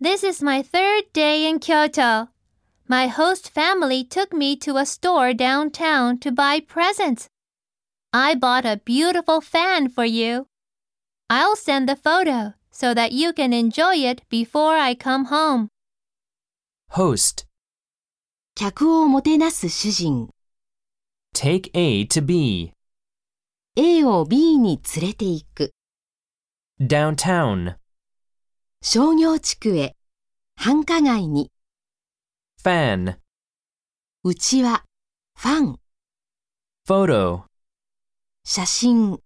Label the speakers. Speaker 1: This is my third day in Kyoto. My host family took me to a store downtown to buy presents. I bought a beautiful fan for you. I'll send the photo so that you can enjoy it before I come home.
Speaker 2: Host,
Speaker 3: 客をもてなす主人
Speaker 2: take A to B.
Speaker 3: A を B に連れて行く
Speaker 2: Downtown,
Speaker 3: 商業地区へ繁華街に
Speaker 2: fan,
Speaker 3: うちわファン、
Speaker 2: photo.
Speaker 3: 写真